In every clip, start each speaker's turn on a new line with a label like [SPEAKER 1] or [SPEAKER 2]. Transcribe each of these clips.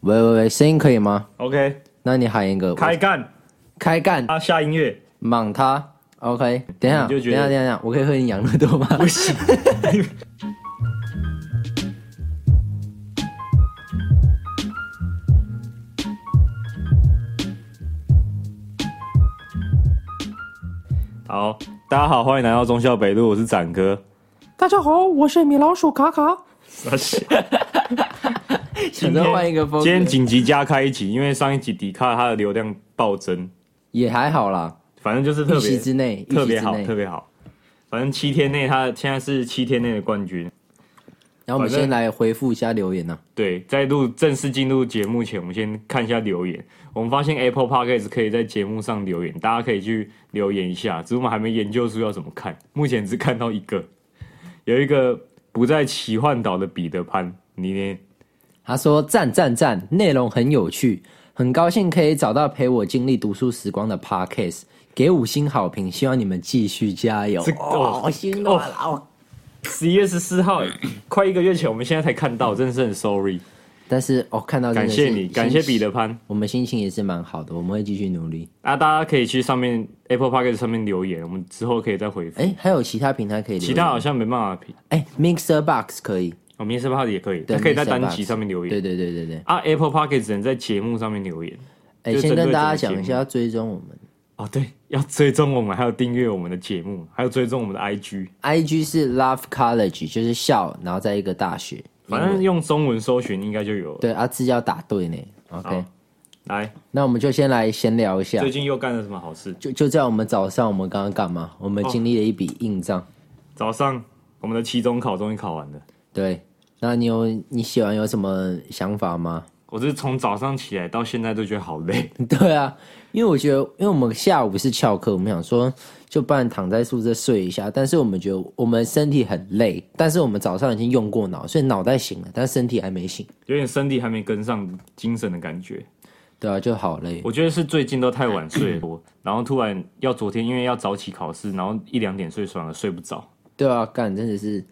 [SPEAKER 1] 喂喂喂，声音可以吗？
[SPEAKER 2] OK，
[SPEAKER 1] 那你喊一个，
[SPEAKER 2] 开干，
[SPEAKER 1] 开干，
[SPEAKER 2] 啊，下音乐，
[SPEAKER 1] 莽他。OK，等一下，等
[SPEAKER 2] 你就
[SPEAKER 1] 一
[SPEAKER 2] 觉得
[SPEAKER 1] 下，等一下等一下，我可以喝你养乐 多吗？不 行。
[SPEAKER 2] 好，大家好，欢迎来到中校北路，我是展哥。
[SPEAKER 3] 大家好，我是米老鼠卡卡。
[SPEAKER 2] 啊
[SPEAKER 1] 想再换一个风格
[SPEAKER 2] 今天紧急加开一集，因为上一集迪卡它的流量暴增，
[SPEAKER 1] 也还好啦，
[SPEAKER 2] 反正就是特
[SPEAKER 1] 一席之
[SPEAKER 2] 别
[SPEAKER 1] 内，一
[SPEAKER 2] 特
[SPEAKER 1] 席
[SPEAKER 2] 别
[SPEAKER 1] 之
[SPEAKER 2] 好，
[SPEAKER 1] 内
[SPEAKER 2] 特。别好。反正七天内，它现在是七天内的冠军。
[SPEAKER 1] 然后我们
[SPEAKER 2] 反正
[SPEAKER 1] 先来回复一下留言呐、啊
[SPEAKER 2] 对，在录正式进入节目前，我们先看一下留言。我们发现 Apple Podcast 可以在节目上留言，大家可以去留言一下。只是我们还没研究出要怎么看，目前只看到一个，有一个不在奇幻岛的彼得潘，你呢？
[SPEAKER 1] 他说赞赞赞，内容很有趣，很高兴可以找到陪我经历读书时光的 Podcast，给五星好评，希望你们继续加油。
[SPEAKER 2] 这哦
[SPEAKER 1] 好心动了哦。
[SPEAKER 2] 十一月十四号，快一个月前，我们现在才看到，真的是很 sorry。
[SPEAKER 1] 但是哦，看到真
[SPEAKER 2] 感
[SPEAKER 1] 的是
[SPEAKER 2] 嗯谢你，感谢彼
[SPEAKER 1] 心
[SPEAKER 2] 得潘。
[SPEAKER 1] 我们心情也是蛮好的，我们会继续努力。
[SPEAKER 2] 啊，大家可以去上面 Apple Podcast 上面留言，我们之后可以再回复。
[SPEAKER 1] 哎，还有其他平台可以留言，
[SPEAKER 2] 其他好像没办法评，哦
[SPEAKER 1] 哎，Mixer Box 可以，
[SPEAKER 2] 我们 Mr. Pod 也可以，
[SPEAKER 1] 对
[SPEAKER 2] 它可以在
[SPEAKER 1] Mr.
[SPEAKER 2] 单
[SPEAKER 1] Box
[SPEAKER 2] 集上面留言。
[SPEAKER 1] 对对对对对。
[SPEAKER 2] 啊，Apple Pocket 只能在节目上面留言
[SPEAKER 1] 哎，
[SPEAKER 2] 就
[SPEAKER 1] 先
[SPEAKER 2] 针对
[SPEAKER 1] 跟大家
[SPEAKER 2] 整个
[SPEAKER 1] 讲一
[SPEAKER 2] 节
[SPEAKER 1] 下，
[SPEAKER 2] 目
[SPEAKER 1] 要追踪我们
[SPEAKER 2] 哦。对，要追踪我们，还有订阅我们的节目，还有追踪我们的 IG。
[SPEAKER 1] IG 是 Love College，就是校，然后在一个大学。
[SPEAKER 2] 反正用中文搜寻应该就有了。
[SPEAKER 1] 对啊，字要打对呢。OK，
[SPEAKER 2] 好来，
[SPEAKER 1] 那我们就先来闲聊一下
[SPEAKER 2] 最。近又干了什么好事？
[SPEAKER 1] 就就在我们早上，我们刚刚干嘛？我
[SPEAKER 2] 哦
[SPEAKER 1] 们经历了一笔硬仗。
[SPEAKER 2] 早上我们的期中考终于考完了。
[SPEAKER 1] 对，那你有你写完有什么想法吗？
[SPEAKER 2] 我是从早上起来到现在都觉得好 累，
[SPEAKER 1] 对啊，因为我觉得，因为我们下午是翘课，我们想说就不然躺在宿舍睡一下。但是我们觉得我们身体很累，但是我们早上已经用过脑，所以脑袋醒了，但身体还没醒。
[SPEAKER 2] 有点身体还没跟上精神的感觉。
[SPEAKER 1] 对啊，就好累。
[SPEAKER 2] 我觉得是最近都太晚睡了， 然后突然要昨天因为要早起考试，然后一两点睡，反而睡不着，
[SPEAKER 1] 对啊，干真的是，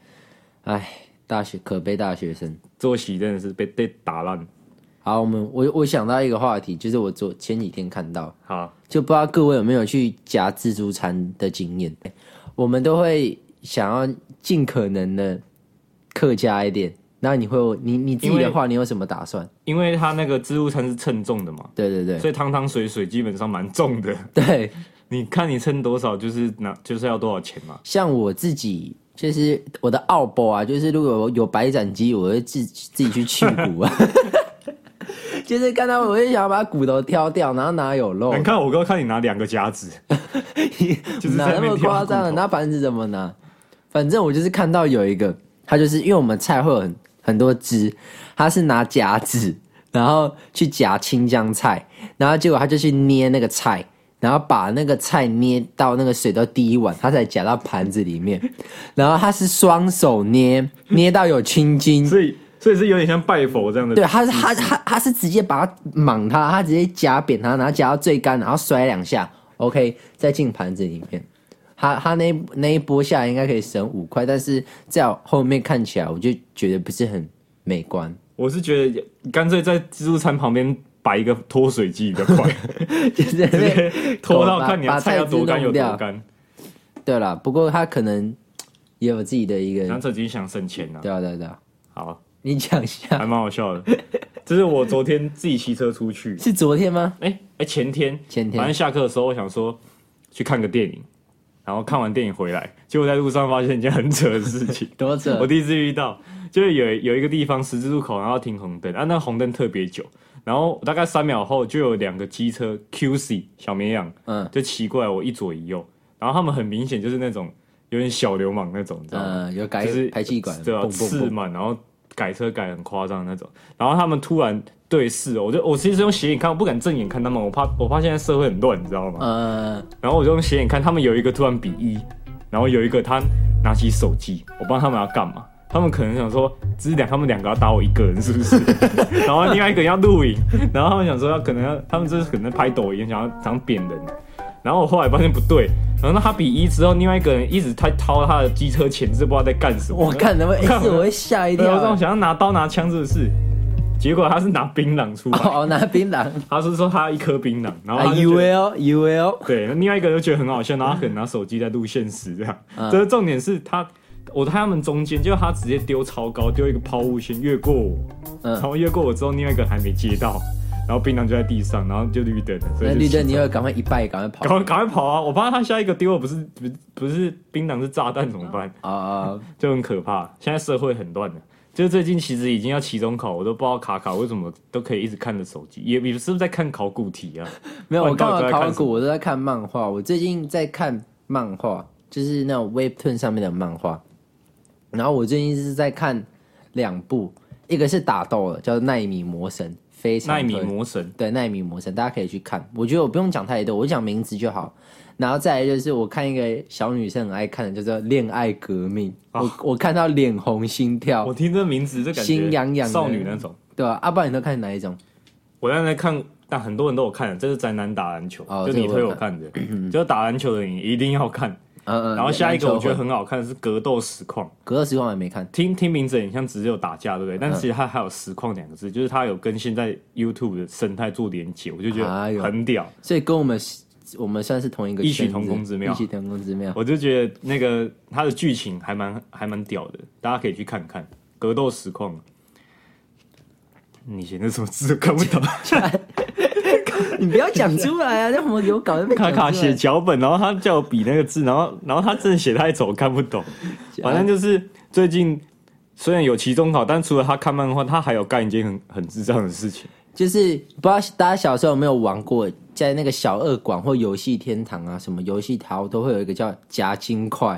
[SPEAKER 1] 哎，大学可悲大学生。
[SPEAKER 2] 作息真的是被被打烂。
[SPEAKER 1] 好，我们我我想到一个话题，就是我昨前几天看到，
[SPEAKER 2] 好，
[SPEAKER 1] 就不知道各位有没有去夹自助餐的经验？我们都会想要尽可能的客家一点。那你会有你你自己
[SPEAKER 2] 因
[SPEAKER 1] 的
[SPEAKER 2] 为
[SPEAKER 1] 话，你有什么打算？
[SPEAKER 2] 因为它那个自助餐是称重的嘛，
[SPEAKER 1] 对对对
[SPEAKER 2] 所以汤汤水水基本上蛮重的。
[SPEAKER 1] 对，
[SPEAKER 2] 你看你称多少，就是拿就是要多少钱嘛。
[SPEAKER 1] 像我自己就是我的奥博啊，就是如果有白斩鸡，我会自自己去去骨啊， 就是看到我会想要把骨头挑掉，然后哪有肉，
[SPEAKER 2] 难看我哥看你拿两个夹子， 就是
[SPEAKER 1] 哪那
[SPEAKER 2] 在那
[SPEAKER 1] 么
[SPEAKER 2] 边
[SPEAKER 1] 夸
[SPEAKER 2] 挑骨
[SPEAKER 1] 张？
[SPEAKER 2] 头
[SPEAKER 1] 拿盘子怎么拿？反正我就是看到有一个，他就是因为我们菜会有很很多汁，他是拿夹子，然后去夹青江菜，然后结果他就去捏那个菜，然后把那个菜捏到那个水都滴一碗，他才夹到盘子里面。然后他是双手捏，捏到有青筋。
[SPEAKER 2] 所以所以是有点像拜佛这样的。
[SPEAKER 1] 对，啊他是他他他是直接把它莽它，他直接夹扁它，然后夹到最干，然后摔两下，OK，再进盘子里面。他他那一那一波下来应该可以省五块，但是在我后面看起来，我就觉得不是很美观，
[SPEAKER 2] 我是觉得干脆在自助餐旁边摆一个脱水机比 较快，
[SPEAKER 1] 就是
[SPEAKER 2] 直接拖到
[SPEAKER 1] 把
[SPEAKER 2] 看你
[SPEAKER 1] 把
[SPEAKER 2] 的菜要
[SPEAKER 1] 菜汁
[SPEAKER 2] 多干有
[SPEAKER 1] 弄掉
[SPEAKER 2] 多干。
[SPEAKER 1] 对了。不过他可能也有自己的一
[SPEAKER 2] 然后
[SPEAKER 1] 个，
[SPEAKER 2] 这己想省钱啊，
[SPEAKER 1] 对啊对啊对啊，
[SPEAKER 2] 好，
[SPEAKER 1] 你讲一
[SPEAKER 2] 还
[SPEAKER 1] 下，
[SPEAKER 2] 蛮好笑的。这是我昨天自己骑车出去，
[SPEAKER 1] 是昨天吗？
[SPEAKER 2] 哎、哎、前天
[SPEAKER 1] 前天，
[SPEAKER 2] 反正下课的时候，我想说去看个电影，然后看完电影回来，结果在路上发现一件很扯的事情
[SPEAKER 1] 多扯
[SPEAKER 2] 我第一次遇到，就是有有一个地方十字路口，然后停红灯，啊，那红灯特别久，然后大概三秒后就有两个机车 QC 小绵羊，
[SPEAKER 1] 嗯
[SPEAKER 2] 就骑过来我一左一右，然后他们很明显就是那种有点小流氓那种，你知道吗？
[SPEAKER 1] 嗯，有改
[SPEAKER 2] 就是
[SPEAKER 1] 排气管，
[SPEAKER 2] 对啊，
[SPEAKER 1] 蹦蹦
[SPEAKER 2] 刺
[SPEAKER 1] 蹦
[SPEAKER 2] 满，然后改车改得很夸张的那种。然后他们突然对视哦，我就我其实用斜眼看，我不敢正眼看他们，我怕我怕现在社会很乱，你知道吗？
[SPEAKER 1] 呃，
[SPEAKER 2] 然后我就用斜眼看，他们有一个突然比一，然后有一个他拿起手机，我不知道他们要干嘛。他们可能想说，只是两他们两个要打我一个人是不是？ 然后另外一个人要录影，然后他们想说要可能要，他们就是可能在拍抖音，想要想扁人。然后我后来发现不对，然后他比一之后，另外一个人一直在掏他的机车前置，不知道在干什么。
[SPEAKER 1] 我看能不能，
[SPEAKER 2] 我看
[SPEAKER 1] 哎是我会吓一
[SPEAKER 2] 对，我这
[SPEAKER 1] 跳
[SPEAKER 2] 种，想要拿刀拿枪是不是？结果他是拿槟榔出来，
[SPEAKER 1] 哦，拿槟榔，
[SPEAKER 2] 他是说他一颗槟榔，然后
[SPEAKER 1] 啊
[SPEAKER 2] 他就
[SPEAKER 1] ，U
[SPEAKER 2] 觉得
[SPEAKER 1] L U L，
[SPEAKER 2] 对，那另外一个就觉得很好笑，然后他可能拿手机在录现实这样。
[SPEAKER 1] 嗯
[SPEAKER 2] 这是重点是他，我他们中间就他直接丢超高，丢一个抛物线越过我，
[SPEAKER 1] 嗯
[SPEAKER 2] 然后越过我之后，另外一个还没接到，然后槟榔就在地上，然后就绿灯了，所以
[SPEAKER 1] 那绿
[SPEAKER 2] 就
[SPEAKER 1] 灯
[SPEAKER 2] 骑
[SPEAKER 1] 你
[SPEAKER 2] 走
[SPEAKER 1] 要赶快一拜，赶快跑。
[SPEAKER 2] 赶快赶快跑啊！我怕他下一个丢我不是不是不是槟榔是炸弹怎么办？
[SPEAKER 1] 啊啊，
[SPEAKER 2] 就很可怕。现在社会很乱的，就是最近其实已经要期中考，我都不知道卡卡为什么都可以一直看着手机，也也是不是在看考古题啊？
[SPEAKER 1] 没有，我
[SPEAKER 2] 不然
[SPEAKER 1] 刚
[SPEAKER 2] 到底
[SPEAKER 1] 好
[SPEAKER 2] 在
[SPEAKER 1] 考
[SPEAKER 2] 看
[SPEAKER 1] 完
[SPEAKER 2] 什么
[SPEAKER 1] 古，我都在看漫画。我最近在看漫画，就是那种 Webtoon 上面的漫画。然后我最近是在看两部，一个是打斗的，叫做《奈米魔神》，非常
[SPEAKER 2] 纳米
[SPEAKER 1] 推
[SPEAKER 2] 魔神
[SPEAKER 1] 对，奈米魔神，大家可以去看。我觉得我不用讲太多，我讲名字就好。然后再来就是我看一个小女生很爱看的，叫做《恋爱革命》，我我看到脸红心跳
[SPEAKER 2] 啊我，听这名字就感觉
[SPEAKER 1] 心痒痒的
[SPEAKER 2] 少女那种。
[SPEAKER 1] 对吧、阿爸，你都看哪一种？
[SPEAKER 2] 我刚才看，但很多人都有看，这是宅男打篮球，
[SPEAKER 1] 哦
[SPEAKER 2] 就
[SPEAKER 1] 这个
[SPEAKER 2] 你
[SPEAKER 1] 我
[SPEAKER 2] 推
[SPEAKER 1] 有
[SPEAKER 2] 我看的，就打篮球的你一定要看。
[SPEAKER 1] 嗯嗯。
[SPEAKER 2] 然后下一个我觉
[SPEAKER 1] 篮
[SPEAKER 2] 得
[SPEAKER 1] 球会
[SPEAKER 2] 很好看的是格斗实况，
[SPEAKER 1] 隔二十万我还没看，
[SPEAKER 2] 听听名字很像只有打架，对不对？
[SPEAKER 1] 嗯
[SPEAKER 2] 但其实它还有实况两个字，就是它有跟现在 YouTube 的生态做连接，我就觉
[SPEAKER 1] 哎呦
[SPEAKER 2] 得很屌。
[SPEAKER 1] 所以跟我们我们算是同一个
[SPEAKER 2] 异曲
[SPEAKER 1] 圈子
[SPEAKER 2] 同工之妙
[SPEAKER 1] 异曲同工之妙。
[SPEAKER 2] 我就觉得那个它的剧情还蛮还蛮屌的，大家可以去看看格斗实况。你写那什么字看不懂？
[SPEAKER 1] 你不要讲出来啊，让我们有搞得被
[SPEAKER 2] 卡
[SPEAKER 1] 讲出来
[SPEAKER 2] 卡写脚本，然后他叫我比那个字，然后然后他真的写太丑，我看不懂。反正就是最近虽然有期中考，但除了他看漫画，他还有干一件很很智障的事情。
[SPEAKER 1] 就是不知道大家小时候有没有玩过，在那个小二馆或游戏天堂啊，什么游戏淘都会有一个叫夹金块，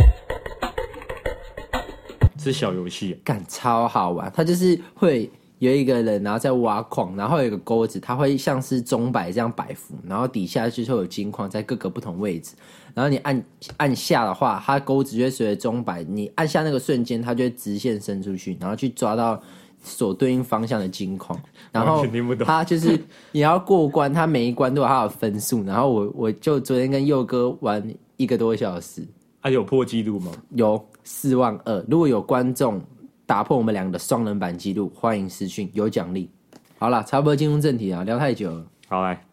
[SPEAKER 2] 是小游戏、
[SPEAKER 1] 干超好玩。它就是会有一个人，然后在挖矿，然后有一个钩子，它会像是钟摆这样摆幅，然后底下就是会有金矿在各个不同位置。然后你按按下的话，它钩子就会随着钟摆，你按下那个瞬间，它就会直线伸出去，然后去抓到所对应方向的金矿。然后
[SPEAKER 2] 完全听不懂
[SPEAKER 1] 它就是你要过关，它每一关都有它的分数。然后我我就昨天跟佑哥玩一个多小时，
[SPEAKER 2] 他有破纪录吗？
[SPEAKER 1] 有四万二。如果有观众打破我们两个的双人版记录，欢迎私讯，有奖励。好了，差不多进入正题啊，聊太久了。
[SPEAKER 2] 好来，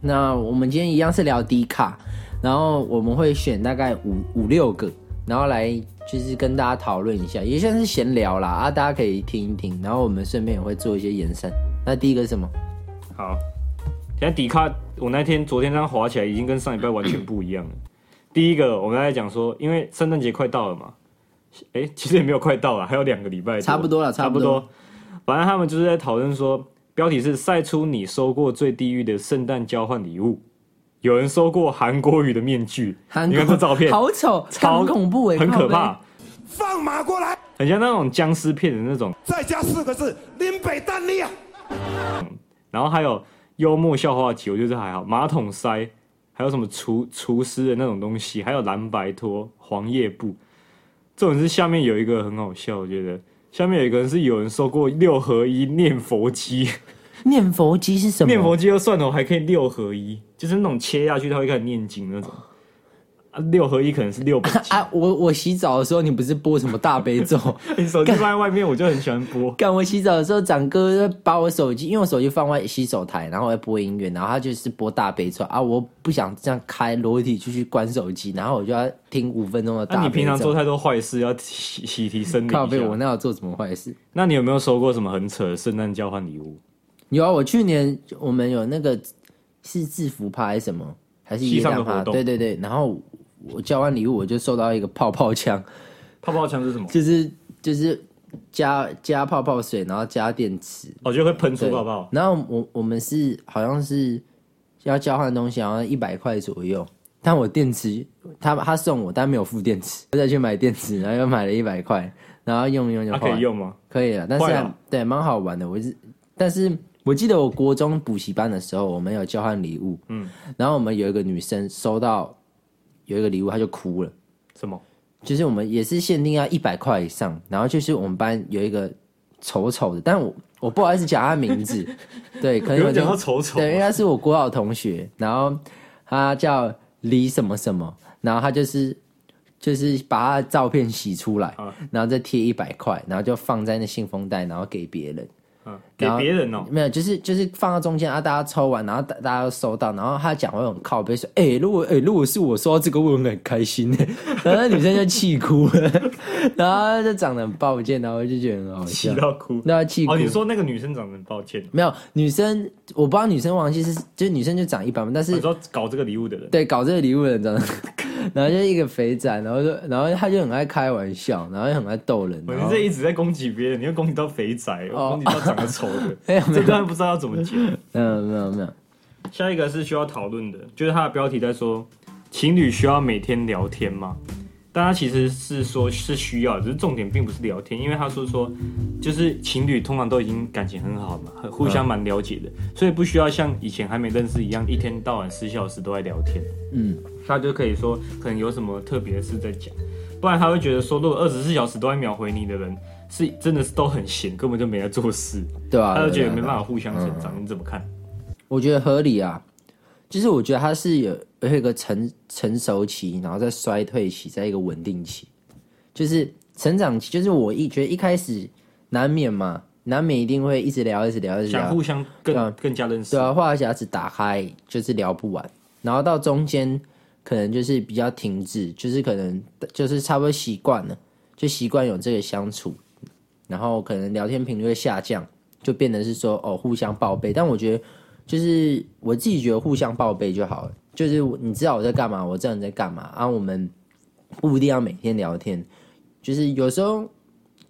[SPEAKER 1] 那我们今天一样是聊迪卡，然后我们会选大概五五六个，然后来就是跟大家讨论一下，也算是闲聊啦啊，大家可以听一听，然后我们顺便也会做一些延伸。那第一个是什么？
[SPEAKER 2] 好。现在迪卡，我那天昨天这样滑起来，已经跟上礼拜完全不一 样了。第一个，我们来讲说，因为圣诞节快到了嘛，哎、其实也没有快到了，还有两个礼拜，
[SPEAKER 1] 差不多了
[SPEAKER 2] 差
[SPEAKER 1] 差不
[SPEAKER 2] 不
[SPEAKER 1] 多
[SPEAKER 2] 多。反正他们就是在讨论说，标题是“晒出你收过最地狱的圣诞交换礼物”。有人收过韩国语的面具，
[SPEAKER 1] 韩
[SPEAKER 2] 你
[SPEAKER 1] 国
[SPEAKER 2] 看这照片，
[SPEAKER 1] 好 丑，
[SPEAKER 2] 超
[SPEAKER 1] 超恐怖哎、
[SPEAKER 2] 很可怕，
[SPEAKER 4] 放马过来，
[SPEAKER 2] 很像那种僵尸片的那种。
[SPEAKER 4] 再加四个字：林北蛋力啊！
[SPEAKER 2] 然后还有幽默笑话题，我觉得这还好。马桶塞，还有什么厨厨师的那种东西，还有蓝白拖、黄叶布。这种是下面有一个很好笑，我觉得下面有一个人是有人收过六合一念佛机，
[SPEAKER 1] 念佛机是什么？
[SPEAKER 2] 念佛机就算了，我还可以六合一，就是那种切下去它会开始念经那种。啊，六合一可能是六本 经，
[SPEAKER 1] 啊！我我洗澡的时候，你不是播什么大悲咒？
[SPEAKER 2] 你哎手机放在外面，我就很喜欢 播。
[SPEAKER 1] 干我洗澡的时候，长哥就把我手机，因为我手机放外洗手台，然后我在播音乐，然后他就是播大悲咒啊，我不想这样开裸体就去关手机，然后我就要听五分钟的
[SPEAKER 2] 那、
[SPEAKER 1] 大悲咒。
[SPEAKER 2] 啊你平常做太多坏事，要洗洗提身体
[SPEAKER 1] 靠
[SPEAKER 2] 一
[SPEAKER 1] 背，我
[SPEAKER 2] 下。
[SPEAKER 1] 那有做什么坏事？
[SPEAKER 2] 那你有没有收过什么很扯的圣诞交换礼物？
[SPEAKER 1] 有啊，我去年我们有那个是制服趴还是什么，还是
[SPEAKER 2] 西
[SPEAKER 1] 夜
[SPEAKER 2] 上
[SPEAKER 1] 店
[SPEAKER 2] 的
[SPEAKER 1] 趴？
[SPEAKER 2] 活动
[SPEAKER 1] 对对对，然后我交换礼物，我就收到一个泡泡枪，
[SPEAKER 2] 泡泡枪是什么？
[SPEAKER 1] 就是就是加加泡泡水，然后加电池，
[SPEAKER 2] 我哦觉得会喷
[SPEAKER 1] 对
[SPEAKER 2] 出泡泡。
[SPEAKER 1] 然后我我们是好像是要交换东西，好像一百块左右。但我电池，他他送我，但没有付电池， 我再去买电池，然后又买了一百块，然后用用就
[SPEAKER 2] 它、
[SPEAKER 1] 坏
[SPEAKER 2] 啊可
[SPEAKER 1] 了，
[SPEAKER 2] 以用吗？
[SPEAKER 1] 可以了。啊但是
[SPEAKER 2] 坏
[SPEAKER 1] 还
[SPEAKER 2] 了
[SPEAKER 1] 对，蛮好玩的。我是，但是我记得我国中补习班的时候，我们有交换礼物，嗯，然后我们有一个女生收到有一个礼物，她就哭了。
[SPEAKER 2] 什么？
[SPEAKER 1] 就是我们也是限定要一百块以上，然后就是我们班有一个丑丑的，但我我不好意思讲他名字，对，可能
[SPEAKER 2] 有
[SPEAKER 1] 有
[SPEAKER 2] 人
[SPEAKER 1] 点
[SPEAKER 2] 讲到丑丑啊
[SPEAKER 1] 对，，因为他是我国小同学，然后他叫李什么什么，然后他就是就是把他的照片洗出来，
[SPEAKER 2] 啊
[SPEAKER 1] 然后再贴一百块，然后就放在那信封袋，然后给别人。
[SPEAKER 2] 嗯，给
[SPEAKER 1] 然后
[SPEAKER 2] 别人哦、
[SPEAKER 1] 没有，就是就是放到中间啊，大家抽完，然后大大家都收到，然后他讲会很靠背说，哎、如果哎、如果是我收到这个，我会很开心欸然后那女生就气哭了， 然后她就长得很抱歉，然后我就觉得很好笑
[SPEAKER 2] 气，到哭。
[SPEAKER 1] 那她气哭。
[SPEAKER 2] 哦，你说那个女生长得很抱歉哦，
[SPEAKER 1] 没有女生，我不知道女生王记是，就是女生就长一般嘛，但是
[SPEAKER 2] 哦你说搞这个礼物的人，
[SPEAKER 1] 对，搞这个礼物的人长得，然后就是一个肥仔，然后就，然后他就很爱开玩笑，然后也很爱逗人。
[SPEAKER 2] 我
[SPEAKER 1] 然
[SPEAKER 2] 们
[SPEAKER 1] 后
[SPEAKER 2] 这一直在攻击别人，你会攻击到肥宅，
[SPEAKER 1] 哦
[SPEAKER 2] 攻击到长得丑的，
[SPEAKER 1] 没有没有
[SPEAKER 2] 这段不知道要怎么讲。
[SPEAKER 1] 没有没有没有，
[SPEAKER 2] 下一个是需要讨论的，就是它的标题在说情侣需要每天聊天吗？但它其实是说是需要，只是重点并不是聊天，因为他说说就是情侣通常都已经感情很好嘛，很互相蛮了解的，
[SPEAKER 1] 嗯
[SPEAKER 2] 所以不需要像以前还没认识一样，一天到晚十小时都在聊天。
[SPEAKER 1] 嗯，
[SPEAKER 2] 他就可以说可能有什么特别的事在讲，不然他会觉得说，如果二十四小时都在秒回你的人，是真的是都很闲，根本就没在做事，
[SPEAKER 1] 对啊，
[SPEAKER 2] 他就觉得
[SPEAKER 1] 对啊
[SPEAKER 2] 没
[SPEAKER 1] 对啊
[SPEAKER 2] 办法互相成长。你怎么看？
[SPEAKER 1] 我觉得合理啊，就是我觉得它是有有一个成成熟期，然后再衰退期，在一个稳定期，就是成长期，就是我一觉得一开始难免嘛，难免一定会一直聊，一直聊，一直
[SPEAKER 2] 想
[SPEAKER 1] 聊
[SPEAKER 2] 互，相
[SPEAKER 1] 对
[SPEAKER 2] 更
[SPEAKER 1] 啊
[SPEAKER 2] 更加认识
[SPEAKER 1] 对。啊，话匣子打开就是聊不完，然后到中间可能就是比较停滞，就是可能就是差不多习惯了，就习惯有这个相处，然后可能聊天频率会下降，就变得是说哦互相报备。但我觉得就是我自己觉得互相报备就好了，就是我你知道我在干嘛，我知道你在干嘛啊，我们不一定要每天聊天，就是有时候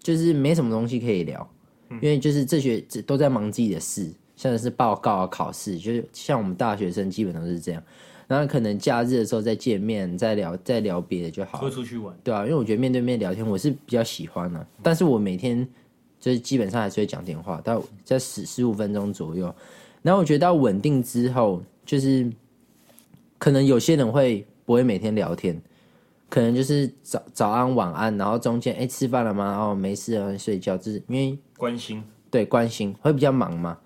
[SPEAKER 1] 就是没什么东西可以聊，因为就是这学这都在忙自己的事，像是报告啊、考试，就是像我们大学生基本上都是这样。然后可能假日的时候再见面，再聊再聊别的就好了
[SPEAKER 2] 会。出去玩，
[SPEAKER 1] 对啊，因为我觉得面对面聊天我是比较喜欢的、啊但是我每天就是基本上还是会讲电话，到在十十五分钟左右。然后我觉得到稳定之后，就是可能有些人会不会每天聊天，可能就是早早安晚安，然后中间哎吃饭了吗？哦没事啊睡觉，就是因为
[SPEAKER 2] 关心
[SPEAKER 1] 对关心会比较忙嘛，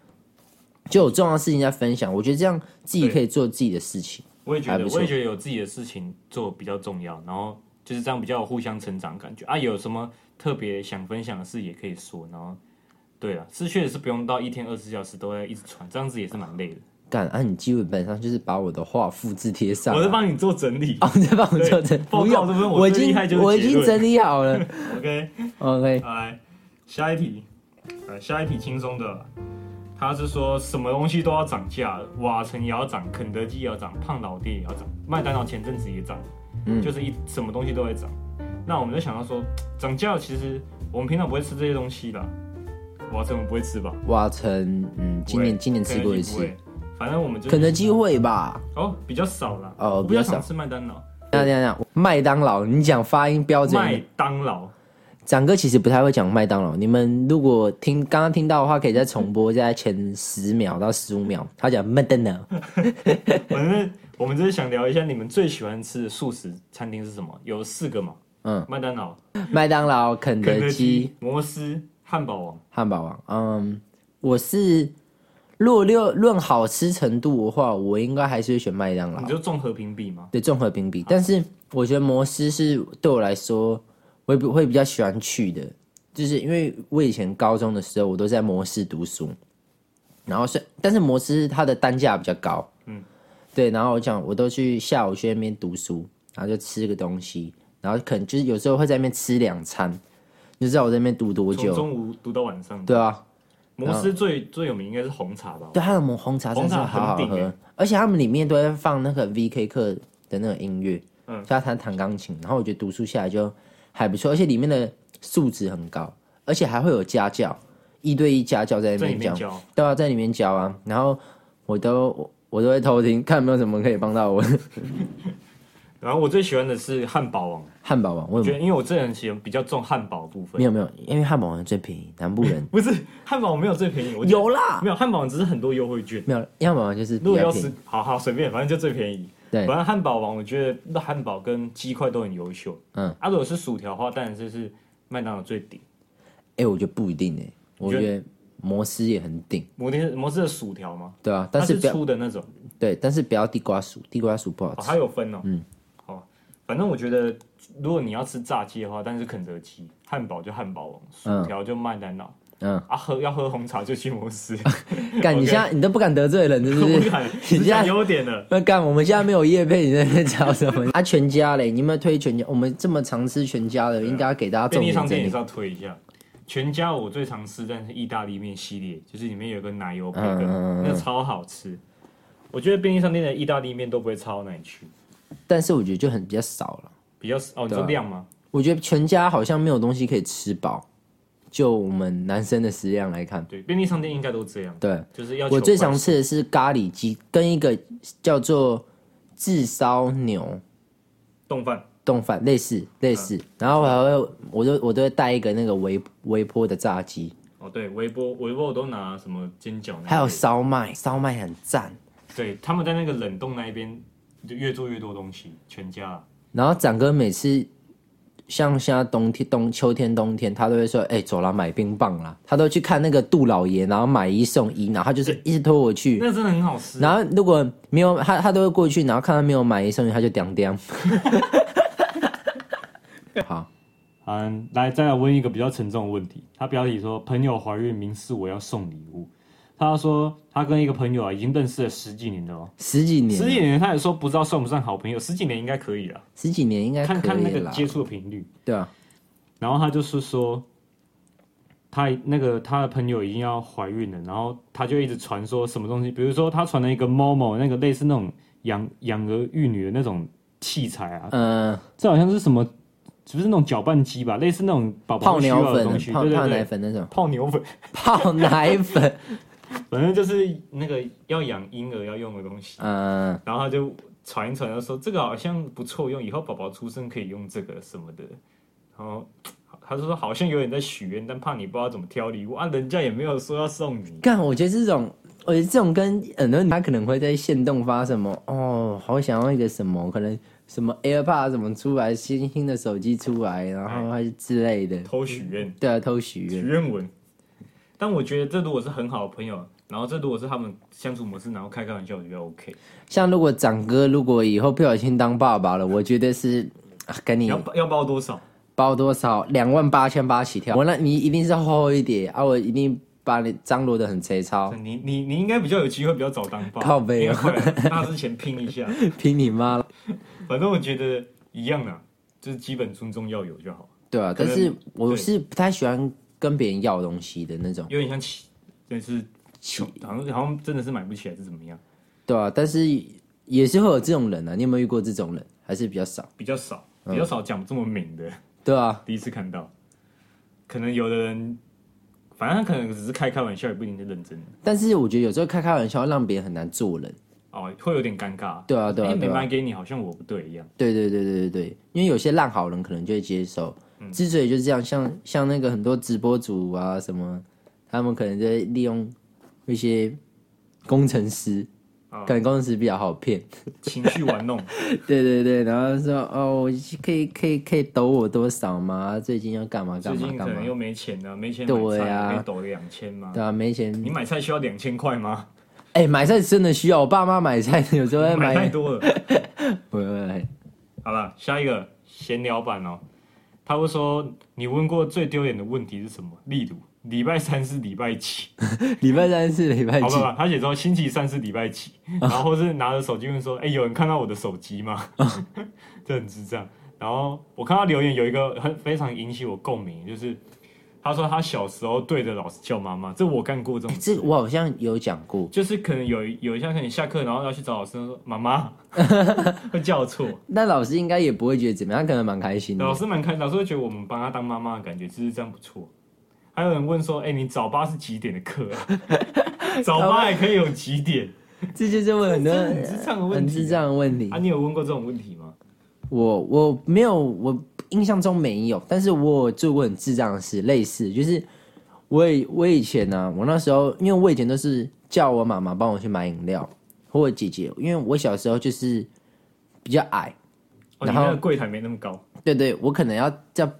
[SPEAKER 1] 就有重要的事情在分享。我觉得这样自己可以做自己的事情。
[SPEAKER 2] 我也觉
[SPEAKER 1] 还
[SPEAKER 2] 得，
[SPEAKER 1] 不错
[SPEAKER 2] 我也觉得有自己的事情做比较重要，然后就是这样比较有互相成长的感觉啊。有什么特别想分享的事也可以说，然后对啊，是确实是不用到一天二十小时都在一直传，这样子也是蛮累的。
[SPEAKER 1] 干啊，你基本上就是把我的话复制贴上啊、
[SPEAKER 2] 我在帮你做整理
[SPEAKER 1] 哦，你在帮我做整，
[SPEAKER 2] 对
[SPEAKER 1] 不用
[SPEAKER 2] 报告这边，我
[SPEAKER 1] 我已
[SPEAKER 2] 最厉
[SPEAKER 1] 经
[SPEAKER 2] 害就是
[SPEAKER 1] 我已
[SPEAKER 2] 结
[SPEAKER 1] 经
[SPEAKER 2] 论
[SPEAKER 1] 整理好 了。
[SPEAKER 2] ，OK。
[SPEAKER 1] OK，
[SPEAKER 2] 好来，下一题，来下一题轻松的，他是说什么东西都要涨价了，瓦城也要涨，肯德基也要涨，胖老爹也要涨，麦当劳前阵子也涨，
[SPEAKER 1] 嗯
[SPEAKER 2] 就是一什么东西都在涨。那我们就想到说，涨价其实我们平常不会吃这些东西啦，瓦城我们不会吃吧？
[SPEAKER 1] 瓦城，嗯，今
[SPEAKER 2] 不
[SPEAKER 1] 年
[SPEAKER 2] 会
[SPEAKER 1] 今年吃过一，
[SPEAKER 2] 肯德
[SPEAKER 1] 次
[SPEAKER 2] 基，不会反正我们就
[SPEAKER 1] 肯德基会吧？
[SPEAKER 2] 哦比较少啦，
[SPEAKER 1] 哦
[SPEAKER 2] 我
[SPEAKER 1] 比较
[SPEAKER 2] 常
[SPEAKER 1] 少哦
[SPEAKER 2] 吃麦当劳，
[SPEAKER 1] 那这样讲，麦当劳，你讲发音标准一
[SPEAKER 2] 麦
[SPEAKER 1] 点。
[SPEAKER 2] 当劳
[SPEAKER 1] 展哥其实不太会讲麦当劳，你们如果听刚刚听到的话，可以再重播在前十秒到十五秒，他讲麦当劳。
[SPEAKER 2] 反正我们就是想聊一下你们最喜欢吃的素食餐厅是什么？有四个嘛？
[SPEAKER 1] 嗯，
[SPEAKER 2] 麦当劳、
[SPEAKER 1] 麦当劳、肯
[SPEAKER 2] 肯
[SPEAKER 1] 德
[SPEAKER 2] 德
[SPEAKER 1] 基
[SPEAKER 2] 基、、摩斯、汉堡王。
[SPEAKER 1] 汉堡王，嗯，我是如果六论好吃程度的话，我应该还是会选麦当劳
[SPEAKER 2] 你。就综合评比吗？
[SPEAKER 1] 对综合评比，但是我觉得摩斯是对我来说，我也不会比较喜欢去的，就是因为我以前高中的时候，我都在摩斯读书，然后是，但是摩斯它的单价比较高，嗯，对，然后我讲我都去下午去那边读书，然后就吃个东西，然后可能就是有时候会在那边吃两餐，你就知道我在那边读多
[SPEAKER 2] 从
[SPEAKER 1] 久，
[SPEAKER 2] 中午读到晚上。
[SPEAKER 1] 对啊，
[SPEAKER 2] 摩斯最最有名应该是红茶吧？
[SPEAKER 1] 对，它的抹红茶真是好好
[SPEAKER 2] 红茶很顶
[SPEAKER 1] 喝
[SPEAKER 2] 欸，
[SPEAKER 1] 而且他们里面都会放那个 VK 课的那个音乐，
[SPEAKER 2] 嗯
[SPEAKER 1] 嗯，所以他弹弹钢琴，然后我觉得读书下来就还不错，而且里面的素质很高，而且还会有家教，一对一家教在里
[SPEAKER 2] 在里
[SPEAKER 1] 面
[SPEAKER 2] 面
[SPEAKER 1] 教，
[SPEAKER 2] 教。
[SPEAKER 1] 对啊，在里面教啊，然后我都我我都会偷听，看有没有什么可以帮到我。
[SPEAKER 2] 然后我最喜欢的是汉堡王，
[SPEAKER 1] 汉堡王，为
[SPEAKER 2] 觉
[SPEAKER 1] 什么
[SPEAKER 2] 得？因为我这人喜欢比较重汉堡部分
[SPEAKER 1] 嗯没。有没有，因为汉堡王最便宜，南部人
[SPEAKER 2] 不是汉堡王没有最便宜，我觉得
[SPEAKER 1] 有啦，
[SPEAKER 2] 没有汉堡王只是很多优惠券。
[SPEAKER 1] 没有汉堡王就是
[SPEAKER 2] 如
[SPEAKER 1] 比
[SPEAKER 2] 果
[SPEAKER 1] 较
[SPEAKER 2] 要
[SPEAKER 1] 便
[SPEAKER 2] 吃
[SPEAKER 1] 宜，，
[SPEAKER 2] 好好随便，反正就最便宜。
[SPEAKER 1] 对
[SPEAKER 2] 反正汉堡王，我觉得汉堡跟鸡块都很优秀。
[SPEAKER 1] 嗯，
[SPEAKER 2] 啊，如果是薯条的话，当然就是麦当劳最顶。
[SPEAKER 1] 哎，我觉得不一定哎，我
[SPEAKER 2] 觉得
[SPEAKER 1] 觉得摩斯也很顶，
[SPEAKER 2] 摩天摩斯的薯条吗？
[SPEAKER 1] 对啊，但
[SPEAKER 2] 它是
[SPEAKER 1] 不要
[SPEAKER 2] 粗的那种，
[SPEAKER 1] 对，但是不要地瓜薯，地瓜薯不好
[SPEAKER 2] 哦，
[SPEAKER 1] 吃。
[SPEAKER 2] 它有分哦。嗯，好，反正我觉得，如果你要吃炸鸡的话，但是肯德基、汉堡就汉堡王，薯条就麦当劳
[SPEAKER 1] 嗯，
[SPEAKER 2] 啊，喝要喝红茶就去 摩斯。
[SPEAKER 1] 干，你
[SPEAKER 2] OK
[SPEAKER 1] 现在你都不敢得罪人，是不
[SPEAKER 2] 我
[SPEAKER 1] 是
[SPEAKER 2] 不敢？
[SPEAKER 1] 你
[SPEAKER 2] 只
[SPEAKER 1] 现
[SPEAKER 2] 讲
[SPEAKER 1] 在
[SPEAKER 2] 优点了。
[SPEAKER 1] 那干，我们现在没有业配，你在那边讲什么？啊， 全家嘞，你有没有推全家？我们这么常吃全家的，应该要给大家
[SPEAKER 2] 便
[SPEAKER 1] 重
[SPEAKER 2] 利
[SPEAKER 1] 点
[SPEAKER 2] 商
[SPEAKER 1] 整
[SPEAKER 2] 店也
[SPEAKER 1] 理
[SPEAKER 2] 是。要推啊一下。全家我最常吃，但是意大利面系列，就是里面有个奶油培根，
[SPEAKER 1] 嗯嗯嗯嗯
[SPEAKER 2] 那个超好吃。我觉得便利商店的意大利面都不会差到哪里去，
[SPEAKER 1] 但是我觉得就很比较少了。
[SPEAKER 2] 比较哦，你
[SPEAKER 1] 对啊
[SPEAKER 2] 说量吗？
[SPEAKER 1] 我觉得全家好像没有东西可以吃饱，就我们男生的食量来看，
[SPEAKER 2] 对，便利商店应该都这样，
[SPEAKER 1] 对
[SPEAKER 2] 就是要求
[SPEAKER 1] 我最常
[SPEAKER 2] 快
[SPEAKER 1] 吃的是咖喱鸡跟一个叫做炙烧牛
[SPEAKER 2] 冻饭，
[SPEAKER 1] 冻饭，类似类
[SPEAKER 2] 嗯
[SPEAKER 1] 似。然后我还会，我都我都会带一个那个微微波的炸鸡，
[SPEAKER 2] 哦，对，微波微波我都拿什么煎饺那一类，
[SPEAKER 1] 还有烧麦，烧麦很赞。
[SPEAKER 2] 对，他们在那个冷冻那一边就越做越多东西，全家啊
[SPEAKER 1] 然后展哥每次像现在冬天、冬秋天、冬天，他都会说：“哎、走啦，买冰棒啦。”他都去看那个杜老爷，然后买一送一，然后他就是一直拖我去。
[SPEAKER 2] 那个真的很好吃。
[SPEAKER 1] 然后如果没有他，他都会过去，然后看他没有买一送一，他就屌屌。 好，
[SPEAKER 2] 嗯，来，再来问一个比较沉重的问题。他标题说：“朋友怀孕，明示我要送礼物。”他说他跟一个朋友啊，已经认识了十几年了哦，
[SPEAKER 1] 十几年
[SPEAKER 2] 十
[SPEAKER 1] 了，
[SPEAKER 2] 几年他也说不知道算不算好朋友，十几年应该可以了，
[SPEAKER 1] 十几年应该
[SPEAKER 2] 看
[SPEAKER 1] 可
[SPEAKER 2] 看
[SPEAKER 1] 以
[SPEAKER 2] 那个
[SPEAKER 1] 了啦，
[SPEAKER 2] 接触的频率。
[SPEAKER 1] 对啊，
[SPEAKER 2] 然后他就是说，他那个他的朋友已经要怀孕了，然后他就一直传说什么东西，比如说他传了一个 Momo 那个类似那种养养儿育女的那种器材啊，
[SPEAKER 1] 嗯、
[SPEAKER 2] 这好像是什么，是不是那种搅拌机吧？类似那种宝宝
[SPEAKER 1] 泡
[SPEAKER 2] 会需要
[SPEAKER 1] 牛
[SPEAKER 2] 的
[SPEAKER 1] 粉
[SPEAKER 2] 东西，、
[SPEAKER 1] 泡
[SPEAKER 2] 对
[SPEAKER 1] 泡
[SPEAKER 2] 对
[SPEAKER 1] 奶
[SPEAKER 2] 对，
[SPEAKER 1] 粉那种，
[SPEAKER 2] 泡牛粉，
[SPEAKER 1] 泡奶粉，
[SPEAKER 2] 反正就是那个要养婴儿要用的东西。
[SPEAKER 1] 嗯、
[SPEAKER 2] 然后他就传一传，他说这个好像不错用，以后宝宝出生可以用这个什么的。然后他就说好像有点在许愿，但怕你不知道怎么挑礼物啊，人家也没有说要送你。
[SPEAKER 1] 干，我觉得这种，我觉得这种跟呃很多人他可能会在线动发什么哦，好想要一个什么，可能什么 AirPod 什么出来，新新的手机出来，然后还是之类的，
[SPEAKER 2] 偷许愿，
[SPEAKER 1] 对啊，偷许
[SPEAKER 2] 许
[SPEAKER 1] 愿，
[SPEAKER 2] 愿文。但我觉得这如果是很好的朋友，然后这如果是他们相处模式，然后开开玩笑，我觉得 OK。
[SPEAKER 1] 像如果长哥如果以后不小心当爸爸了，我觉得是。啊跟
[SPEAKER 2] 你
[SPEAKER 1] 你
[SPEAKER 2] 要要包多少？
[SPEAKER 1] 包多少？两万八千八起跳。我那你一定是厚厚一点啊！我一定把你张罗的很贼超，
[SPEAKER 2] 你你你应该比较有机会，比较早当爸。
[SPEAKER 1] 靠背
[SPEAKER 2] 因
[SPEAKER 1] 哦
[SPEAKER 2] 为快了大之前拼一下。
[SPEAKER 1] 拼你妈了！
[SPEAKER 2] 反正我觉得一样啊，就是基本尊重要有就好，
[SPEAKER 1] 对啊，
[SPEAKER 2] 可
[SPEAKER 1] 但
[SPEAKER 2] 能
[SPEAKER 1] 是我
[SPEAKER 2] 对
[SPEAKER 1] 是不太喜欢跟别人要东西的那种。
[SPEAKER 2] 有点像起，但是穷，好像好像真的是买不起还是怎么样，
[SPEAKER 1] 对啊，但是也是会有这种人啊。你有没有遇过这种人？还是比较少。
[SPEAKER 2] 比较少，
[SPEAKER 1] 嗯
[SPEAKER 2] 比较少讲这么明的，
[SPEAKER 1] 对啊，
[SPEAKER 2] 第一次看到，可能有的人，反正他可能只是开开玩笑，也不一定是认真的，
[SPEAKER 1] 但是我觉得有时候开开玩笑让别人很难做人。
[SPEAKER 2] 哦，会有点尴尬，
[SPEAKER 1] 对啊，对啊，
[SPEAKER 2] 哎，没
[SPEAKER 1] 对啊
[SPEAKER 2] 买，给你，好像我不对一样，
[SPEAKER 1] 对对对对对对，因为有些烂好人可能就会接受。之所以就是这样，像像那个很多直播主啊什么，他们可能就会利用一些工程师，
[SPEAKER 2] 啊
[SPEAKER 1] 可能工程师比较好骗。
[SPEAKER 2] 情绪玩弄，
[SPEAKER 1] 对对对，然后说哦，我可以可以可以抖我多少吗？最近要干嘛干
[SPEAKER 2] 最
[SPEAKER 1] 嘛
[SPEAKER 2] 近 可
[SPEAKER 1] 干
[SPEAKER 2] 能
[SPEAKER 1] 嘛？
[SPEAKER 2] 又没钱了，没钱
[SPEAKER 1] 啊对
[SPEAKER 2] 买
[SPEAKER 1] 啊
[SPEAKER 2] 菜，可以哎抖个两千吗？
[SPEAKER 1] 对啊，没钱
[SPEAKER 2] 你买菜需要两千块吗？
[SPEAKER 1] 哎、买菜真的需要，我爸妈买菜有时候会
[SPEAKER 2] 买太
[SPEAKER 1] 买。
[SPEAKER 2] 多了。
[SPEAKER 1] 不会，
[SPEAKER 2] 好了，下一个闲聊版哦。他会说：“你问过最丢脸的问题是什么？例如礼拜三是礼拜几？
[SPEAKER 1] 礼拜三是礼拜
[SPEAKER 2] 好
[SPEAKER 1] 几
[SPEAKER 2] 不？好？他写说星期三是礼拜几，然后或是拿着手机问说：‘哎、有人看到我的手机吗？’ 这很智障。然后我看到留言有一个很非常引起我共鸣，就是他说他小时候对着老师叫妈妈，这我干过这种
[SPEAKER 1] 哎、
[SPEAKER 2] 事。
[SPEAKER 1] 这我好像有讲过，
[SPEAKER 2] 就是可能有有一下可能下课，然后要去找老师说妈妈， 会叫错。
[SPEAKER 1] 那老师应该也不会觉得怎么样，他可能蛮开心的
[SPEAKER 2] 老。师蛮开，老师会觉得我们帮他当妈妈的感觉，其实这样不错。还有人问说：“哎、你早八是几点的课 啊？早八也可以有几点
[SPEAKER 1] 这就是我很多
[SPEAKER 2] 这很智障的问题啊
[SPEAKER 1] 很智障的问题
[SPEAKER 2] 啊？”。你有问过这种问题吗？
[SPEAKER 1] 我我没有，我印象中没有，但是我有做过很智障的事，类似就是我以我以前呢、我那时候因为我以前都是叫我妈妈帮我去买饮料，或我姐姐，因为我小时候就是比较矮，
[SPEAKER 2] 哦，你
[SPEAKER 1] 然后
[SPEAKER 2] 那个柜台没那么高，
[SPEAKER 1] 对对，我可能要再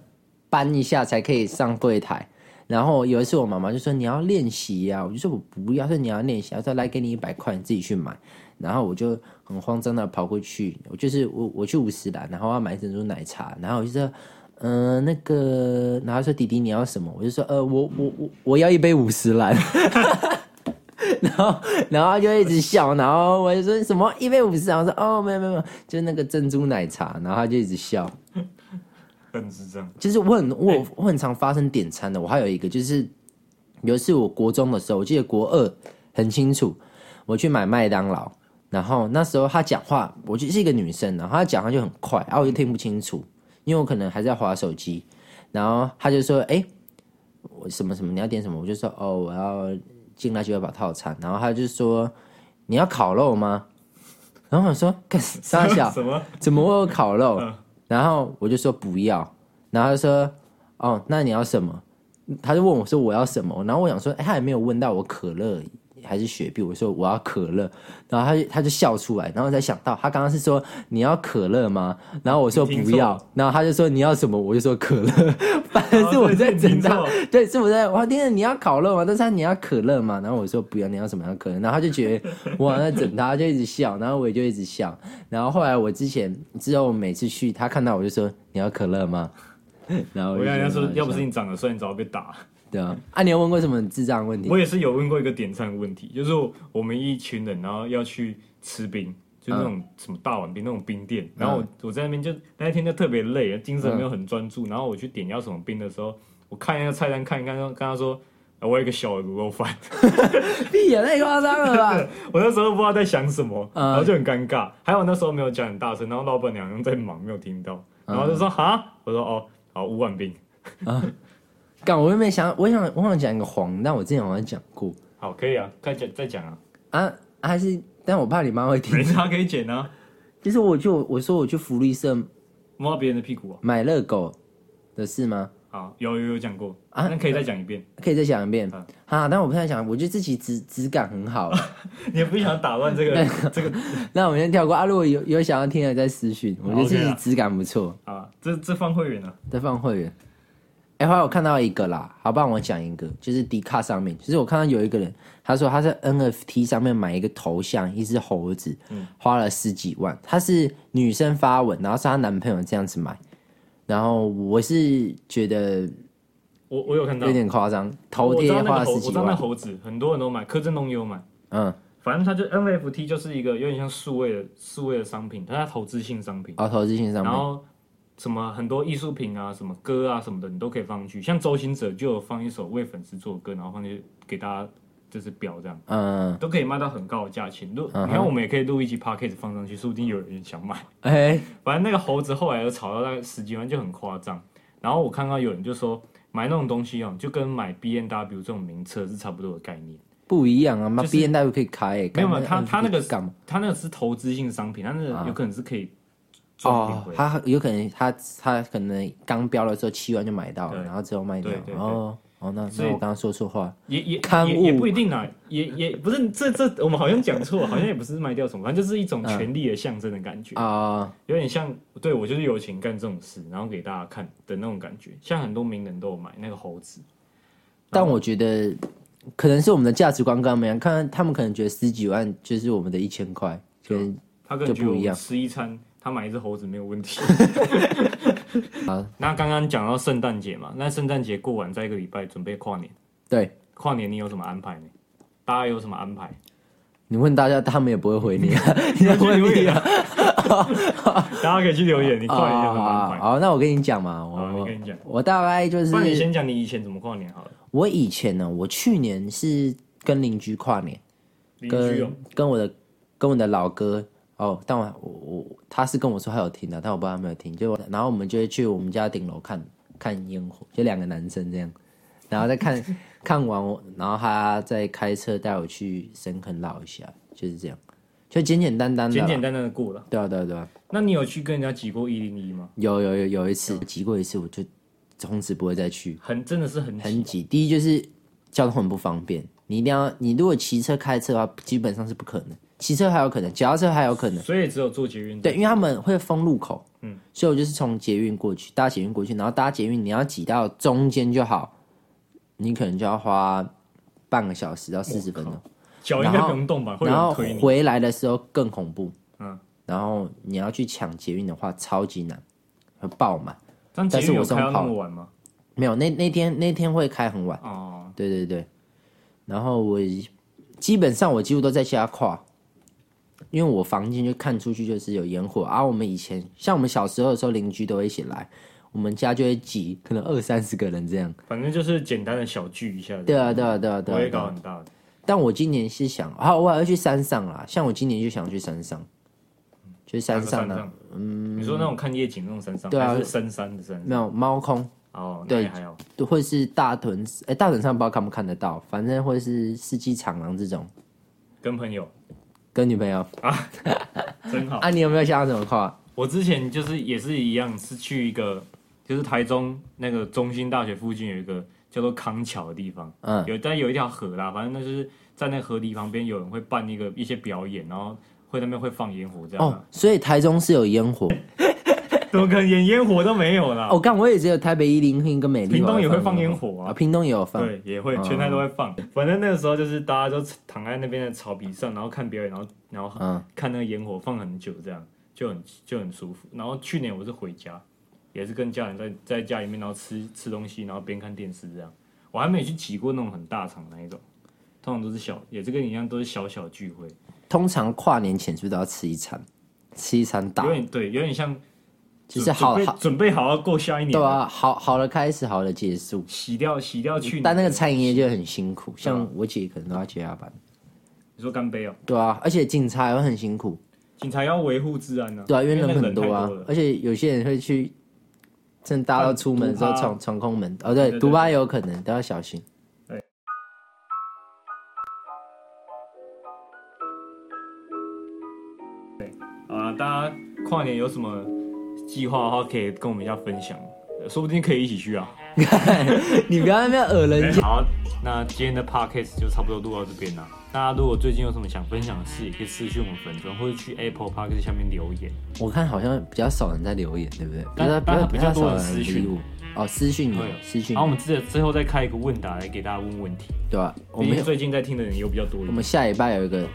[SPEAKER 1] 搬一下才可以上柜台。然后有一次我妈妈就说你要练习呀、我就说我不要，她说你要练习啊，她说来给你一百块，你自己去买。然后我就很慌张的跑过去，我就是我我去五十兰，然后要买珍珠奶茶，然后我就说，嗯、那个，然后他说弟弟你要什么？我就说，呃，我我我我要一杯五十兰。 然后，然后他就一直笑，然后我就说什么一杯五十，然后说哦没有没有没有，就是那个珍珠奶茶，然后他就一直笑，
[SPEAKER 2] 但是这样，
[SPEAKER 1] 就是我很我我很常发生点餐的，我还有一个就是有一次我国中的时候，我记得国二很清楚，我去买麦当劳，然后那时候她讲话，我就是一个女生，然后她讲话就很快，然后我就听不清楚，因为我可能还在划手机，然后她就说：“哎、我什么什么你要点什么？”我就说：“哦，我要进来就要把套餐。”然后她就说：“你要烤肉吗？”然后我说：“干傻小，
[SPEAKER 2] 什么？
[SPEAKER 1] 怎么会有烤肉？
[SPEAKER 2] 嗯
[SPEAKER 1] 然后我就说不要，然后他说哦，那你要什么？他就问我说我要什么，然后我想说，哎，他也没有问到我可乐还是雪碧，我说我要可乐，然后他就他就笑出来，然后我才想到他刚刚是说你要可乐吗？然后我说
[SPEAKER 2] 你听
[SPEAKER 1] 不
[SPEAKER 2] 错
[SPEAKER 1] 要，然后他就说你要什么，我就说可乐， 反正是我在整他，
[SPEAKER 2] 哦
[SPEAKER 1] 对，是我在，我听着你要烤肉吗？但是他你要可乐吗？然后我说不要，你要什么样的可乐？然后他就觉 得我好像在整他，他就一直笑，然后我也就一直笑。然后后来我之前之后，我每次去他看到我就说你要可乐吗？ 然后
[SPEAKER 2] 我
[SPEAKER 1] 就
[SPEAKER 2] 跟人家
[SPEAKER 1] 觉
[SPEAKER 2] 说
[SPEAKER 1] 得，
[SPEAKER 2] 要不是
[SPEAKER 1] 蛮好笑
[SPEAKER 2] 你长得帅，你早就被打。
[SPEAKER 1] 对啊，啊，你有问过什么很智障的问题
[SPEAKER 2] 我？也是有问过一个点餐的问题，就是我们一群人，然后要去吃冰，就那种什么大碗冰那种冰店，然后我我在那边就那一天就特别累，精神没有很专注，然后我去点要什么冰的时候，我看那个菜单看一看，然后跟他说。呃我有一个小的卤肉饭，
[SPEAKER 1] 屁也太夸张了吧！
[SPEAKER 2] 我那时候不知道在想什么，
[SPEAKER 1] 嗯
[SPEAKER 2] 然后就很尴尬。还有那时候没有讲很大声，然后老板娘好像在忙没有听到，然后就说哈，我说哦，好五碗冰，
[SPEAKER 1] 干，我又没想，我想我想讲一个黄，但我之前好像讲过
[SPEAKER 2] 好可以啊，再讲再讲啊，
[SPEAKER 1] 啊，还是，但我怕你妈会听
[SPEAKER 2] 没。啥可以剪啊，
[SPEAKER 1] 就是我就我说我去福利社
[SPEAKER 2] 摸到别人的屁股啊。
[SPEAKER 1] 买热狗的事吗？
[SPEAKER 2] 好，有有有讲过，
[SPEAKER 1] 啊
[SPEAKER 2] 那可以再讲一遍。
[SPEAKER 1] 可以再讲一遍
[SPEAKER 2] 嗯
[SPEAKER 1] 啊！但我不太想，我觉得自己质质感很好。
[SPEAKER 2] 你也不想打乱这个 这个
[SPEAKER 1] 那我们先跳过啊。如果有有想要听的再私讯，我觉得自己
[SPEAKER 2] OK 啊
[SPEAKER 1] 质感不错，
[SPEAKER 2] 啊，这这放会员了、啊。
[SPEAKER 1] 再放会员。哎、后来我看到一个啦，好，帮我讲一个，就是迪卡上面，就是我看到有一个人，他说他在 NFT 上面买一个头像，一只猴子，
[SPEAKER 2] 嗯
[SPEAKER 1] 花了十几万。他是女生发文，然后是她男朋友这样子买，然后我是觉得
[SPEAKER 2] 我我有看到
[SPEAKER 1] 有，点夸张，头
[SPEAKER 2] 我
[SPEAKER 1] 贴
[SPEAKER 2] 知道那
[SPEAKER 1] 花了
[SPEAKER 2] 个猴，
[SPEAKER 1] 十
[SPEAKER 2] 我
[SPEAKER 1] 几
[SPEAKER 2] 知道那
[SPEAKER 1] 万，
[SPEAKER 2] 猴子，很多人都买，柯震东也有买。
[SPEAKER 1] 嗯，
[SPEAKER 2] 反正它就 NFT 就是一个有点像数位的数位的商品，它是投资性商品。
[SPEAKER 1] 哦，投资性上面，
[SPEAKER 2] 然后什么很多艺术品啊、什么歌啊、什么的，你都可以放进去。像周星哲就有放一首为粉丝做的歌，然后放进去给大家就是表这样，
[SPEAKER 1] 嗯。
[SPEAKER 2] 都可以卖到很高的价钱。录、
[SPEAKER 1] 嗯哼
[SPEAKER 2] 你看我们也可以录一集 podcast 放上去，说不定有人想买。
[SPEAKER 1] 哎、
[SPEAKER 2] 反正那个猴子后来又炒到大概十几万，就很夸张。然后我看到有人就说，买那种东西哦，就跟买 B N W 这种名车是差不多的概念。
[SPEAKER 1] 不一样啊！妈
[SPEAKER 2] 就是
[SPEAKER 1] ，B N W 可以开、欸，
[SPEAKER 2] 没
[SPEAKER 1] 干
[SPEAKER 2] 有，没有，他他那个
[SPEAKER 1] 干嘛？
[SPEAKER 2] 他那个是投资性商品，他那个有可能是可以赚品
[SPEAKER 1] 哦
[SPEAKER 2] 回，来。
[SPEAKER 1] 他有可能他他可能刚标的时候七万就买到了，
[SPEAKER 2] 对
[SPEAKER 1] 然后之后卖掉
[SPEAKER 2] 对对。对
[SPEAKER 1] 哦哦，那
[SPEAKER 2] 所
[SPEAKER 1] 那
[SPEAKER 2] 以
[SPEAKER 1] 我刚刚说错话，
[SPEAKER 2] 也也
[SPEAKER 1] 刊
[SPEAKER 2] 也也
[SPEAKER 1] 物
[SPEAKER 2] 不一定啦，也也不是这这我们好像讲错了，好像也不是卖掉什么，反正就是一种
[SPEAKER 1] 嗯
[SPEAKER 2] 权力的象征的感觉，
[SPEAKER 1] 啊、
[SPEAKER 2] 有点像对我就是有钱干这种事，然后给大家看的那种感觉。像很多名人都有买那个猴子，
[SPEAKER 1] 但我觉得可能是我们的价值观跟他们一样，看他们可能觉得十几万就是我们的一千块，可能
[SPEAKER 2] 他可能
[SPEAKER 1] 就
[SPEAKER 2] 觉
[SPEAKER 1] 不
[SPEAKER 2] 得
[SPEAKER 1] 一
[SPEAKER 2] 我
[SPEAKER 1] 样
[SPEAKER 2] 们吃一餐，他买一只猴子没有 问题。那刚刚讲到圣诞节嘛，那圣诞节过完再一个礼拜准备跨年，
[SPEAKER 1] 对。
[SPEAKER 2] 跨年你有什么安排呢？大家有什么安排？
[SPEAKER 1] 你问大家，他们也不会回你、 啊， 你要问你啊！
[SPEAKER 2] 大家可以去留言，你
[SPEAKER 1] 啊
[SPEAKER 2] 跨年有什么安排？
[SPEAKER 1] 好，那我跟你讲嘛，
[SPEAKER 2] 好
[SPEAKER 1] 我
[SPEAKER 2] 你跟你讲
[SPEAKER 1] 我大概就是
[SPEAKER 2] 不然你先讲你以前怎么跨年好了。
[SPEAKER 1] 我以前呢，我去年是跟邻居跨年，
[SPEAKER 2] 邻居哦
[SPEAKER 1] 跟，跟我的跟我的老哥哦，但我我我他是跟我说他有听的、但我不知道他有没有听。就我然后我们就会去我们家顶楼看看烟火，就两个男生这样，然后再看 看完我，然后他再开车带我去深坑绕一下，就是这样，就简简单单的
[SPEAKER 2] 简
[SPEAKER 1] 啦，
[SPEAKER 2] 简单单的过了。
[SPEAKER 1] 对啊对啊对啊，
[SPEAKER 2] 那你有去跟人家挤过一零一吗？
[SPEAKER 1] 有有有有一次挤过一次，我就从此不会再去。
[SPEAKER 2] 很真的是很挤
[SPEAKER 1] 很挤。第一就是交通很不方便，你一定要你如果骑车开车的话，基本上是不可能。骑车还有可能，脚踏车还有可能，
[SPEAKER 2] 所以只有坐捷运。
[SPEAKER 1] 对，因为他们会封路口，嗯
[SPEAKER 2] 嗯，
[SPEAKER 1] 所以我就是从捷运过去，搭捷运过去，然后搭捷运你要挤到中间就好，你可能就要花半个小时到四十分钟，
[SPEAKER 2] 脚应该不用动吧？会有
[SPEAKER 1] 然后
[SPEAKER 2] 人推你。
[SPEAKER 1] 回来的时候更恐怖，
[SPEAKER 2] 嗯，
[SPEAKER 1] 然后你要去抢捷运的话，超级难，会爆满。
[SPEAKER 2] 但
[SPEAKER 1] 但
[SPEAKER 2] 捷
[SPEAKER 1] 是
[SPEAKER 2] 运
[SPEAKER 1] 我
[SPEAKER 2] 有
[SPEAKER 1] 送
[SPEAKER 2] 开到那
[SPEAKER 1] 跑
[SPEAKER 2] 么晚吗？
[SPEAKER 1] 没有，那那天那天会开很晚，
[SPEAKER 2] 哦，
[SPEAKER 1] 对对对。然后我基本上我几乎都在家跨，因为我房间就看出去就是有烟火啊。我们以前像我们小时候的时候，邻居都会一起来，我们家就会挤，可能二三十个人这样。
[SPEAKER 2] 反正就是简单的小聚一下。
[SPEAKER 1] 对啊，对啊，对啊，
[SPEAKER 2] 不
[SPEAKER 1] 对
[SPEAKER 2] 会
[SPEAKER 1] 啊。对
[SPEAKER 2] 搞
[SPEAKER 1] 啊
[SPEAKER 2] 很大的。
[SPEAKER 1] 但我今年是想，啊，我还要去山上啦。像我今年就想去山上，去山上呢、
[SPEAKER 2] 哪个山上，嗯，你说那种看夜景那种山上，
[SPEAKER 1] 对啊
[SPEAKER 2] 还是深山的山
[SPEAKER 1] 没
[SPEAKER 2] 上？
[SPEAKER 1] 有猫空，
[SPEAKER 2] 哦，那
[SPEAKER 1] 对
[SPEAKER 2] 也还好。
[SPEAKER 1] 或是大屯，哎、大屯上不知道看不看得到，反正或是四季长廊这种，
[SPEAKER 2] 跟朋友
[SPEAKER 1] 跟女朋友
[SPEAKER 2] 哦真好。
[SPEAKER 1] 啊，你有没有想要怎么跨？
[SPEAKER 2] 我之前就是也是一样，是去一个就是台中那个中心大学附近有一个叫做康桥的地方，
[SPEAKER 1] 嗯
[SPEAKER 2] 有但有一条河啦，反正那就是在那河堤旁边有人会办一个一些表演，然后会那边会放烟火这样、
[SPEAKER 1] 哦
[SPEAKER 2] 啊，，
[SPEAKER 1] 所以台中是有烟火。
[SPEAKER 2] 怎么可能连烟火都没有啦？
[SPEAKER 1] 哦，干，我也只有台北一零一跟美丽
[SPEAKER 2] 啊屏
[SPEAKER 1] 华
[SPEAKER 2] 东也
[SPEAKER 1] 有
[SPEAKER 2] 会放
[SPEAKER 1] 烟
[SPEAKER 2] 烟火啊
[SPEAKER 1] 屏东也有放。哦
[SPEAKER 2] 对，也会，全台都会放。反正那个时候就是大家都躺在那边的草皮上，然后看表演，然后然后
[SPEAKER 1] 嗯
[SPEAKER 2] 看那个烟火放很久，这样就很就很舒服。然后去年我是回家，也是跟家人在在家里面，然后吃吃东西，然后边看电视这样。我还没有去挤过那种很大场那一种，通常都是小，也是跟你一样都是小小聚会，
[SPEAKER 1] 通常跨年前是不是都要吃一餐？吃一餐大
[SPEAKER 2] 有，点对，有点像
[SPEAKER 1] 其实
[SPEAKER 2] 准
[SPEAKER 1] 好
[SPEAKER 2] 准备
[SPEAKER 1] 好
[SPEAKER 2] 准备好要过下一年
[SPEAKER 1] 对
[SPEAKER 2] 了，
[SPEAKER 1] 啊，好好的开始，好的结束。
[SPEAKER 2] 洗掉洗掉去年的。
[SPEAKER 1] 但那个餐饮业就很辛苦，像
[SPEAKER 2] 对啊
[SPEAKER 1] 我姐可能都要接下班。
[SPEAKER 2] 你说干杯哦、
[SPEAKER 1] 对啊，而且警察也会很辛苦。
[SPEAKER 2] 警察要维护治安呢、
[SPEAKER 1] 对啊，因为
[SPEAKER 2] 那
[SPEAKER 1] 人
[SPEAKER 2] 个
[SPEAKER 1] 很
[SPEAKER 2] 太
[SPEAKER 1] 多啊，
[SPEAKER 2] 了
[SPEAKER 1] 而且有些人会去，趁大家都出门的时候
[SPEAKER 2] 毒趴
[SPEAKER 1] 闯闯空门。哦，对，
[SPEAKER 2] 对对
[SPEAKER 1] 毒吧有可能都要小心。
[SPEAKER 2] 对。啊，大家跨年有什么计划的话，可以跟我们一下分享，呃说不定可以一 起去啊。
[SPEAKER 1] 你不要在那边恶人家。
[SPEAKER 2] 好，那今天的 podcast 就差不多录到这边了。大家如果最近有什么想分享的事，也可以私讯我们粉专，或者去 Apple Podcast 下面留言。
[SPEAKER 1] 我看好像比较少人在留言，对不对？
[SPEAKER 2] 但
[SPEAKER 1] 比较
[SPEAKER 2] 但
[SPEAKER 1] 比
[SPEAKER 2] 比
[SPEAKER 1] 较少
[SPEAKER 2] 较多
[SPEAKER 1] 人
[SPEAKER 2] 人私讯
[SPEAKER 1] 理我。哦，私讯你
[SPEAKER 2] 会有，
[SPEAKER 1] 私讯
[SPEAKER 2] 然后我
[SPEAKER 1] 你，
[SPEAKER 2] 们之最后再开一个问答来给大家问问题。
[SPEAKER 1] 对吧？我
[SPEAKER 2] 毕
[SPEAKER 1] 们
[SPEAKER 2] 竟最近在听的人又比较多一
[SPEAKER 1] 我
[SPEAKER 2] 点。
[SPEAKER 1] 们下礼拜有一个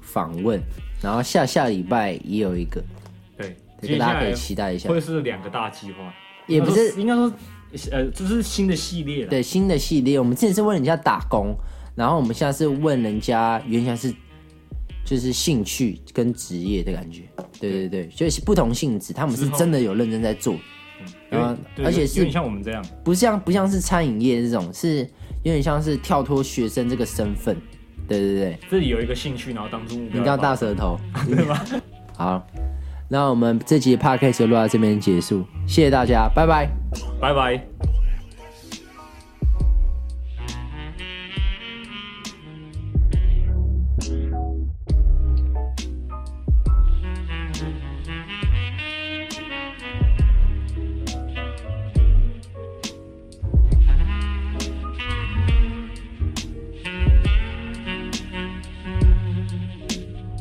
[SPEAKER 1] 访问，然后下下礼拜也有一个，
[SPEAKER 2] 对，
[SPEAKER 1] 这个
[SPEAKER 2] 接
[SPEAKER 1] 大
[SPEAKER 2] 下
[SPEAKER 1] 家可
[SPEAKER 2] 来
[SPEAKER 1] 以期待一下。
[SPEAKER 2] 会是两个大计划，
[SPEAKER 1] 也不是
[SPEAKER 2] 应该说，呃，这是新的系列了。
[SPEAKER 1] 对新的系列，我们之前是问人家打工，然后我们现在是问人家原先是就是兴趣跟职业的感觉，对对对，就是不同性质，他们是
[SPEAKER 2] 之后
[SPEAKER 1] 真的有认真在做，
[SPEAKER 2] 有点，
[SPEAKER 1] 啊
[SPEAKER 2] 对
[SPEAKER 1] 而且
[SPEAKER 2] 有
[SPEAKER 1] 是
[SPEAKER 2] 有点像我们这样，
[SPEAKER 1] 不像不像是餐饮业这种，是有点像是跳脱学生这个身份，对对对，
[SPEAKER 2] 自己有一个兴趣，然后当初目标
[SPEAKER 1] 你刚大舌头，对吧？好，那我们这集 podcast 就录到这边结束，谢谢大家，拜拜。
[SPEAKER 2] 拜拜。